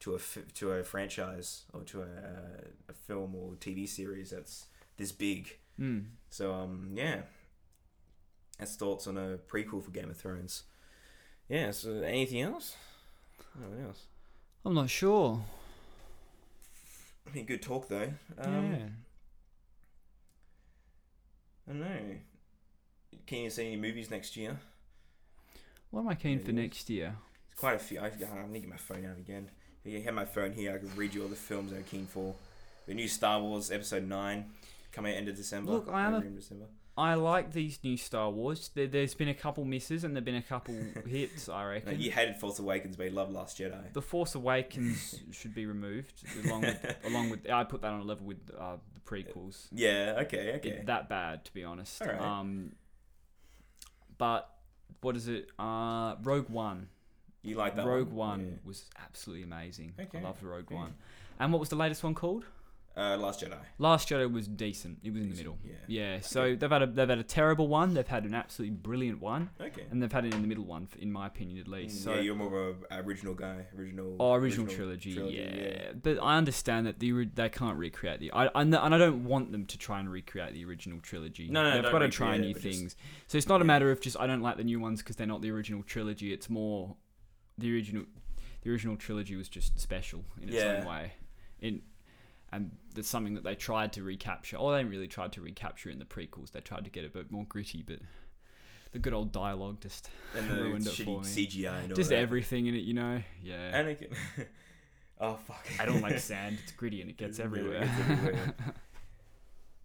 to a f- to a franchise or to a, a film or TV series that's this big. Mm. So um yeah. That's thoughts on a prequel for Game of Thrones. Yeah, so anything else? Nothing else. I'm not sure. I mean good talk though. Um yeah. I don't know. Can you see any movies next year? What am I keen it for is. next year? It's quite a few I I need to get my phone out again. If you have my phone here, I can read you all the films I'm keen for. The new Star Wars episode nine coming out end of December. Look, I am a- November, December. I like these new Star Wars. There, there's been a couple misses and there've been a couple hits. I No, reckon. you hated Force Awakens, but you loved Last Jedi. The Force Awakens should be removed along with, along with I put that on a level with uh, the prequels. Yeah, okay, It- okay. that bad to be honest. Alright. Um, but what is it? Uh, Rogue One. You like that Rogue one? One was absolutely amazing. Okay, I loved Rogue yeah. One. And what was the latest one called? Yeah. Uh, Last Jedi. Last Jedi was decent. It was in the middle. Yeah. Yeah. So they've had a they've had a terrible one. They've had an absolutely brilliant one, Okay. and they've had an in the middle one, in my opinion at least. So Mm, yeah, you're more of a original guy, original. Oh, original, trilogy, yeah. But I understand that the ori- they can't recreate the. I, I kn- and I don't want them to try and recreate the original trilogy. No, no, they've don't got to try recreate it, new but just- things. So it's not a yeah. matter of just I don't like the new ones because they're not the original trilogy. It's more the original. The original trilogy was just special in its Yeah. own way. In and that's something that they tried to recapture. Or they really tried to recapture in the prequels. They tried to get a bit more gritty, but the good old dialogue just And the Ruined it shitty for me. CGI and all just that. everything in it, you know. Yeah. Anakin. oh fuck. I don't like sand. It's gritty and it gets Yeah, it everywhere. gets everywhere.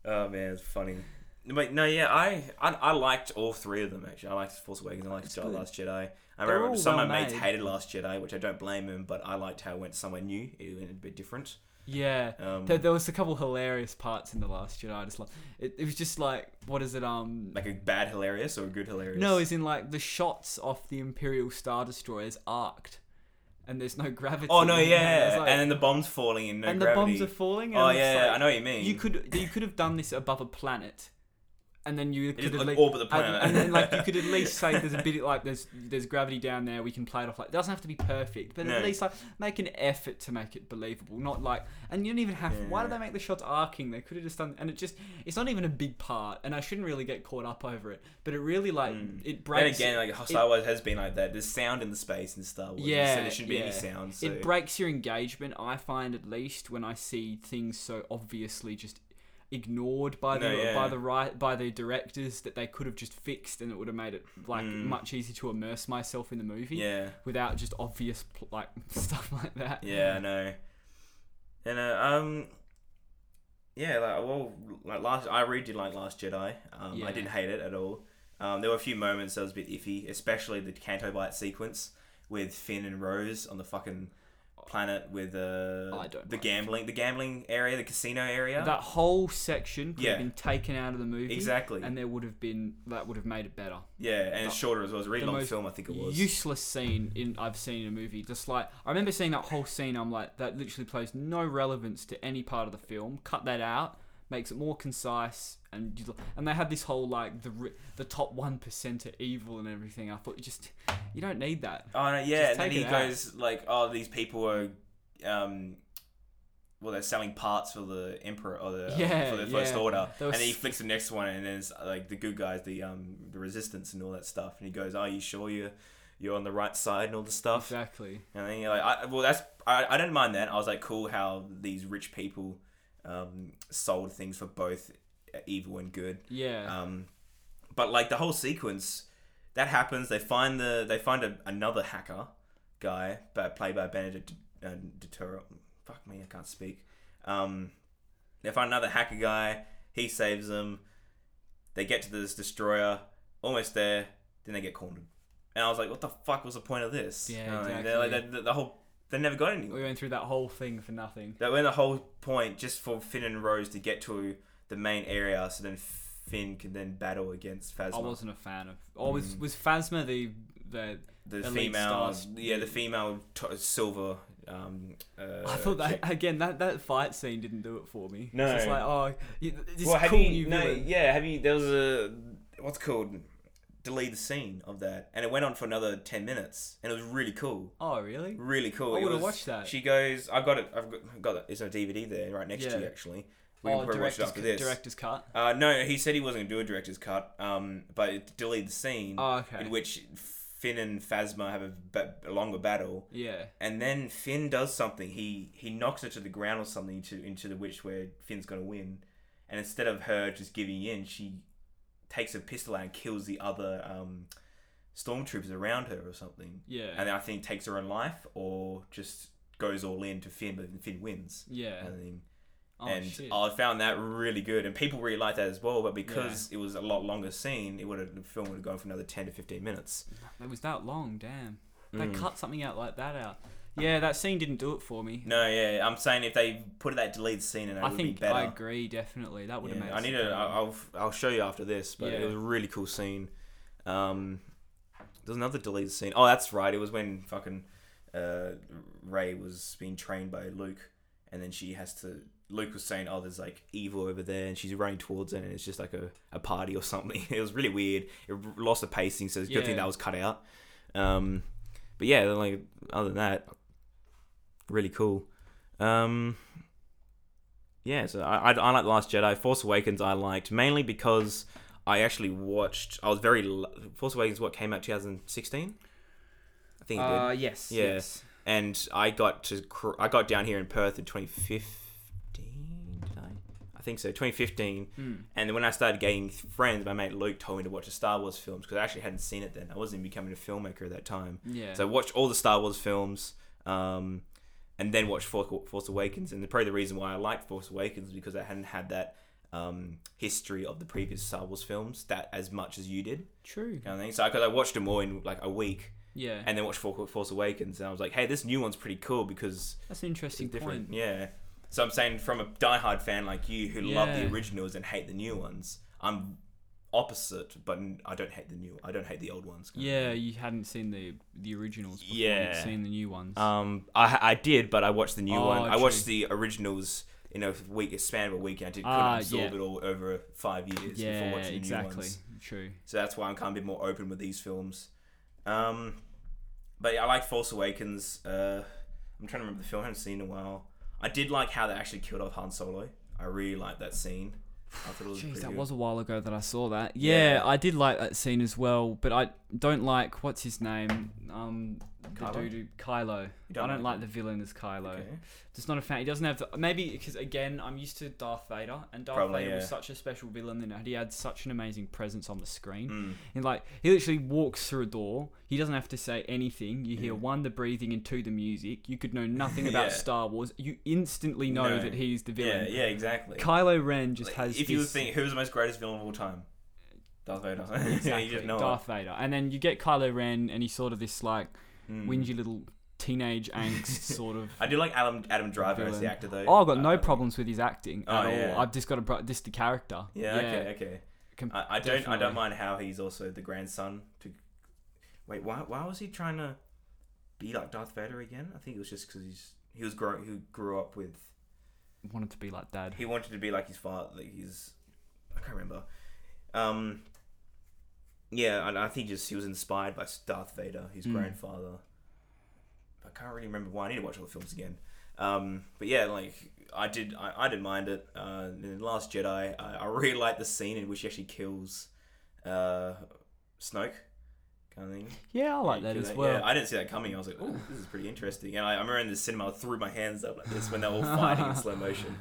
oh man, it's funny. But no, yeah, I, I I liked all three of them actually. I liked Force Awakens. I liked It's Star good. Last Jedi. I They're remember all some of my well mates made. hated Last Jedi, which I don't blame them. But I liked how it went somewhere new. It went a bit different. yeah. Um, There, there was a couple hilarious parts in the last Jedi. I just like it, it was just like what is it? Um, like a bad hilarious or a good hilarious. no, it's in like the shots off the Imperial Star Destroyers arced, and there's no gravity. Oh no, It's yeah, like- and then the bombs falling and no and the gravity. bombs are falling. And oh it's yeah, like, I know what you mean. You could you could have done this above a planet, and then you could just, at like, lea- orbit the and- planet. and, then like you could at least say there's a bit of, like there's there's gravity down there. We can play it off like it doesn't have to be perfect, but No. at least like make an effort to make it believable. Not like and you don't even have. Why do Yeah. they make the shots arcing? They could have just done and it just it's not even a big part, and I shouldn't really get caught up over it. But it really like Mm. Then it breaks. again, like Star Wars has been like that. There's sound in the space in Star Wars. Yeah, so there shouldn't be any yeah. sound. So. It breaks your engagement, I find at least when I see things so obviously just ignored by the No, yeah. by the right by the directors that they could have just fixed and it would have made it like Mm. much easier to immerse myself in the movie yeah, without just obvious pl- like stuff like that. yeah, I know. And uh, um, yeah, like well, like last, I really did like Last Jedi. Um, I Yeah. didn't hate it at all. Um, there were a few moments that was a bit iffy, especially the Canto Bite sequence with Finn and Rose on the fucking planet with uh, I don't the know. gambling, the gambling area, the casino area. That whole section could Yeah. have been taken out of the movie. Exactly. And there would have been that would have made it better. yeah, and it's shorter as well. It's a really the long most film, I think it was. Useless scene in I've seen in a movie. Just like I remember seeing that whole scene, I'm like, that literally plays no relevance to any part of the film. Cut that out, makes it more concise, and you, and they had this whole like the ri- the top one percent are evil and everything. I thought you just you don't need that. Oh no, yeah, Just and then take he it out. goes like, "Oh, these people are, um, well, they're selling parts for the emperor or the um, Yeah, for the first yeah. order." There was- And then he flicks the next one, and there's like the good guys, the um, the resistance and all that stuff. And he goes, "Are you sure you, you're on the right side and all the stuff?" Exactly. And then you're like, I, "Well, that's I, I don't mind that." I was like, "Cool, how these rich people, um, sold things for both uh, evil and good." Yeah. Um, but like the whole sequence that happens, they find the they find a, another hacker guy, but played by Benedict uh, Deterro. Fuck me, I can't speak. Um, they find another hacker guy. He saves them. They get to this destroyer, almost there. Then they get cornered. And I was like, "What the fuck was the point of this?" Yeah, You know what I mean? They're like, exactly. they- the, the whole they never got anywhere. we went through that whole thing for nothing. That went the whole point just for Finn and Rose to get to the main area, so then Finn can then battle against Phasma, I wasn't a fan of. Or Mm. was was Phasma the the? the Elite female. Stars. Yeah, the female t- silver. Um, uh, I thought that chick. again. That that fight scene didn't do it for me. No. It's just like oh, you- this Well, have cool you? new No, villain. yeah, have you? There was a what's it called delete the scene of that, and it went on for another ten minutes, and it was really cool. Oh really? Really cool. I It wanna was- watch that. She goes, I've got it. I've got, I've got it. It's a DVD there right next to Yeah. you, actually. We can Oh, probably watch it director's, after this. director's cut. Uh, no, he said he wasn't going to do a director's cut, um, but it deleted the scene Oh, okay. in which Finn and Phasma have a, ba- a longer battle, Yeah. and then Finn does something. He he knocks her to the ground or something to into the which where Finn's going to win, and instead of her just giving in, she takes a pistol out and kills the other um, stormtroopers around her or something, Yeah. and then I think takes her own life or just goes all in to Finn, but Finn wins. yeah. And then Oh and shit. I found that really good, and people really liked that as well. But because it was a lot longer scene, it would have the film would have gone for another ten to fifteen minutes. It was that long. Damn. They Mm. cut something out like that out. Yeah, that scene didn't do it for me. No, yeah, I'm saying if they put that deleted scene in, that I would think be better. I agree definitely. That would have Yeah, made. I need it to. I'll I'll show you after this, but Yeah. it was a really cool scene. Um, there's another deleted scene. Oh, that's right. It was when fucking uh, Ray was being trained by Luke, and then she has to. Luke was saying, "Oh, there's like evil over there," and she's running towards it, and it's just like a, a party or something. It was really weird. It lost the pacing, so it's a good thing Yeah. that was cut out. Um, but yeah, then, like other than that, really cool. Um, yeah, so I, I, I like The Last Jedi. Force Awakens I liked mainly because I actually watched. I was very l- Force Awakens. What came out 2016? I think it did. Uh, yes. Yeah. Yes. and I got to cr- I got down here in Perth in 2015. Did I? I think so. 2015. Hmm. And then when I started getting friends, my mate Luke told me to watch the Star Wars films because I actually hadn't seen it then. I wasn't even becoming a filmmaker at that time. Yeah. So I watched all the Star Wars films, um, and then watched Force, Force Awakens. And probably the reason why I liked Force Awakens is because I hadn't had that um, history of the previous Star Wars films that as much as you did. True. Kind of thing. So because I watched them all in like a week, Yeah. and then watched For- Force Awakens, and I was like, hey, this new one's pretty cool because That's an interesting it's different. point. Yeah. So I'm saying from a diehard fan like you who love the Yeah. originals and hate the new ones, I'm opposite, but I don't hate the new. I don't hate the old ones. kind of Yeah, you hadn't seen the the originals before. Yeah. You'd seen the new ones. Um, I I did, but I watched the new Oh, one. I watched the originals in a week, a span of a week. And I did, couldn't Ah, absorb yeah. it all over five years before yeah. watching the new Exactly. ones. True. So that's why I'm kind of a bit more open with these films. Um, but yeah, I like Force Awakens. Uh, I'm trying to remember the film. I haven't seen it in a while. I did like how they actually killed off Han Solo. I really liked that scene. I thought it was Jeez, pretty that good. was a while ago that I saw that. Yeah, Yeah. I did like that scene as well, but I don't like what's his name. Um, the Kylo? dude who- Kylo. don't I don't like like the villain as Kylo. Okay. Just not a fan. He doesn't have the, maybe because again, I'm used to Darth Vader, and Darth Probably, Vader yeah. was such a special villain, and he had such an amazing presence on the screen. Mm. And like he literally walks through a door. He doesn't have to say anything. You hear one the breathing and two the music. You could know nothing about Hmm. Yeah. Star Wars. You instantly know No. that he's the Yeah, villain. yeah, exactly. Kylo Ren just has. if you would this- think who's the most greatest villain of all time, Darth Vader. yeah, you Exactly. just know. it. Darth Vader. And then you get Kylo Ren, and he's sort of this like Mm. whingy little teenage angst sort of. I do like Adam Adam Driver as the Villain. actor though. Oh, I've got no Uh, problems with his acting Oh, at yeah. all. I've just got a pro- just the character. Yeah, okay, okay. com- I, I don't I definitely. don't mind how he's also the grandson to Wait, why why was he trying to be like Darth Vader again? I think it was just cuz he's he was grow he grew up with Wanted to be like dad. he wanted to be like his father, like his I can't remember. Um yeah, and I think just he was inspired by Darth Vader, his Mm. grandfather. I can't really remember why. I need to watch all the films again. Um, but yeah, like I did, I, I didn't mind it. Uh, in the Last Jedi, I, I really like the scene in which he actually kills uh, Snoke, kind of thing. Yeah, I like Yeah, that as yeah, well. I didn't see that coming. I was like, "Oh, this is pretty interesting." And I, I remember in the cinema, I threw my hands up like this when they were all fighting in slow motion.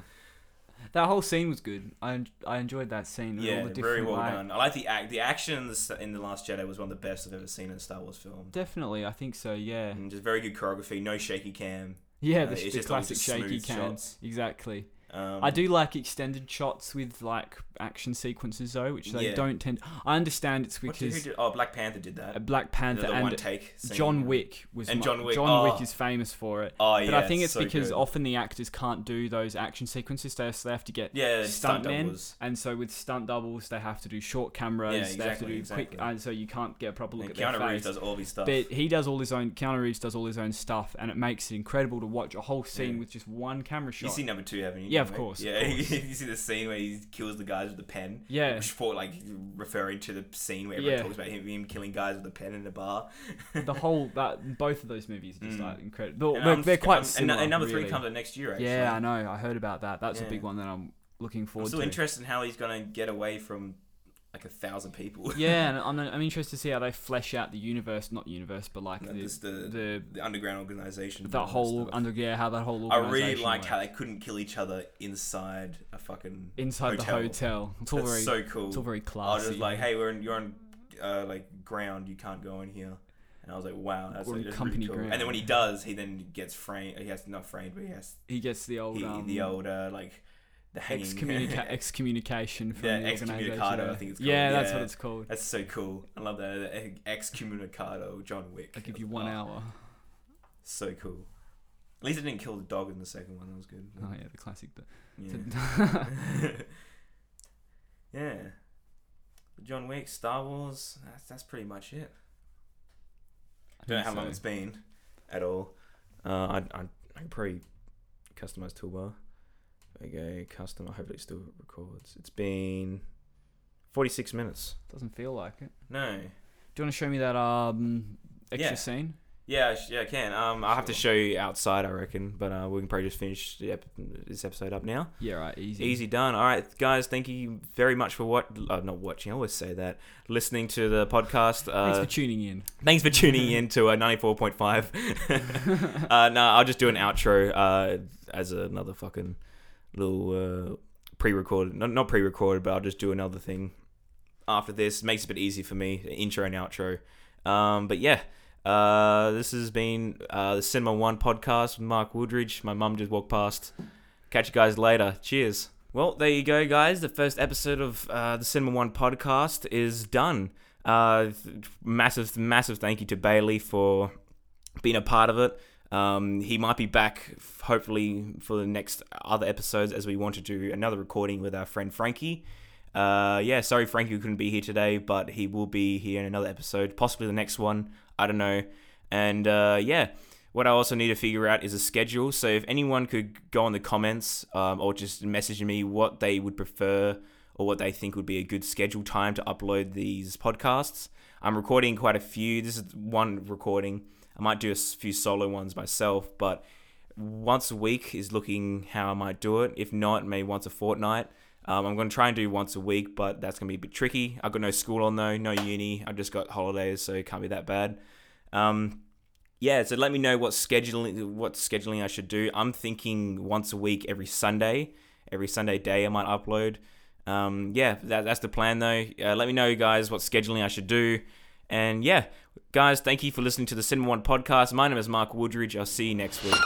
That whole scene was good. I en- I enjoyed that scene. with all Yeah, the different, very well like- done. I like the act. The action in the, s- in the Last Jedi was one of the best I've ever seen in a Star Wars film. Definitely, I think so. Yeah, And just very good choreography, no shaky cam. yeah, Uh, the, it's the just all classic just shaky smooth cam. shots. Exactly. Um, I do like extended shots with like action sequences though, which they Yeah. don't tend. I understand it's what did- who because did- oh, Black Panther did that. uh, Black Panther the, the one and take. Scene. John Wick was And mu- John Wick, oh. is famous for it. Oh yeah, But I think it's so because good. often the actors can't do those action sequences. They, so they have to get yeah, stunt stuntmen, doubles. and so with stunt doubles they have to do short cameras. Yeah, they have to exactly, do exactly. quick, and so you can't get a proper look And at Keanu their face. Reeves does all these stuff. But he does all his own. Keanu Reeves does all his own stuff, and it makes it incredible to watch a whole scene Yeah. with just one camera you shot. see number two, haven't you? Yeah, of Mate? course, of Yeah, you see the scene where he kills the guys with the pen. yeah, Which for like referring to the scene where everyone Yeah. talks about him, him killing guys with a pen in a bar. the whole that both of those movies are just Mm. like incredible. And They're, I'm- they're quite I'm- similar. And, and number really. three comes out next year. Actually. Yeah, I know. I heard about that. That's Yeah. a big one that I'm looking I'm forward still to. interested in how he's gonna get away from like a thousand people. yeah, and I'm, I'm interested to see how they flesh out the universe, not universe, but like No, the, just the- the, the underground organization. and that all whole stuff. under yeah, how that whole. I really organisation liked how works. they couldn't kill each other inside a fucking. inside hotel. the hotel. It's all That's very, so cool. it's all very I was classy. just like, hey, we're in, you're on uh, like ground. You can't go in here. And I was like, wow, that's, We're like, on that's company really cool. And then when he ground. does, he then gets framed. He has not framed, but he has he gets the old, he, um, the old uh, like the hanging. excommunica- excommunication from Yeah, the organization. excommunicado, I think it's called. Yeah, that's Yeah. what it's called. That's so cool. I love that. The Excommunicado, John Wick. I give you one Oh, hour. So cool. At least I didn't kill the dog in the second one. That was good. Oh yeah, the classic. bit. Yeah. yeah. John Wick, Star Wars. That's, that's pretty much it. I don't know think how long so. it's been at all. Uh, I I I can probably customize toolbar. Okay, custom. I hope it still records. It's been forty six minutes. Doesn't feel like it. No. Do you want to show me that um extra Yeah. scene? Yeah, I sh- yeah, I can. Um, I'll have to Sure. show you outside, I reckon. But uh, we can probably just finish the ep- this episode up now. Yeah, right. Easy. Easy done. All right, guys. Thank you very much for what uh, not watching. I always say that. Listening to the podcast. Thanks Uh, for tuning in. thanks for tuning in to uh, ninety four point five. uh, no, I'll just do an outro uh, as another fucking little uh, pre-recorded. Not, not pre-recorded, but I'll just do another thing after this. Makes it a bit easy for me. Intro and outro. Um, but yeah. Uh, this has been uh, the Cinema One podcast with Mark Woodridge. My mum just walked past. Catch you guys later. Cheers. Well, there you go, guys. The first episode of uh, the Cinema One podcast is done. Uh, th- massive, massive thank you to Bailey for being a part of it. Um, he might be back, f- hopefully, for the next other episodes as we want to do another recording with our friend Frankie. Uh, yeah, sorry Frankie couldn't be here today, but he will be here in another episode, possibly the next one. I don't know. And uh, yeah, what I also need to figure out is a schedule. So if anyone could go in the comments um, or just message me what they would prefer or what they think would be a good schedule time to upload these podcasts. I'm recording quite a few. This is one recording. I might do a s- few solo ones myself, but once a week is looking how I might do it. If not, maybe once a fortnight. Um, I'm going to try and do once a week, but that's going to be a bit tricky. I've got no school on though, no uni. I've just got holidays, so it can't be that bad. Um, yeah, so let me know what scheduling what scheduling I should do. I'm thinking once a week, every Sunday, every Sunday day I might upload. Um, yeah, that, that's the plan though. Uh, let me know, guys, what scheduling I should do. And yeah, guys, thank you for listening to the Cinema One podcast. My name is Mark Woodridge. I'll see you next week.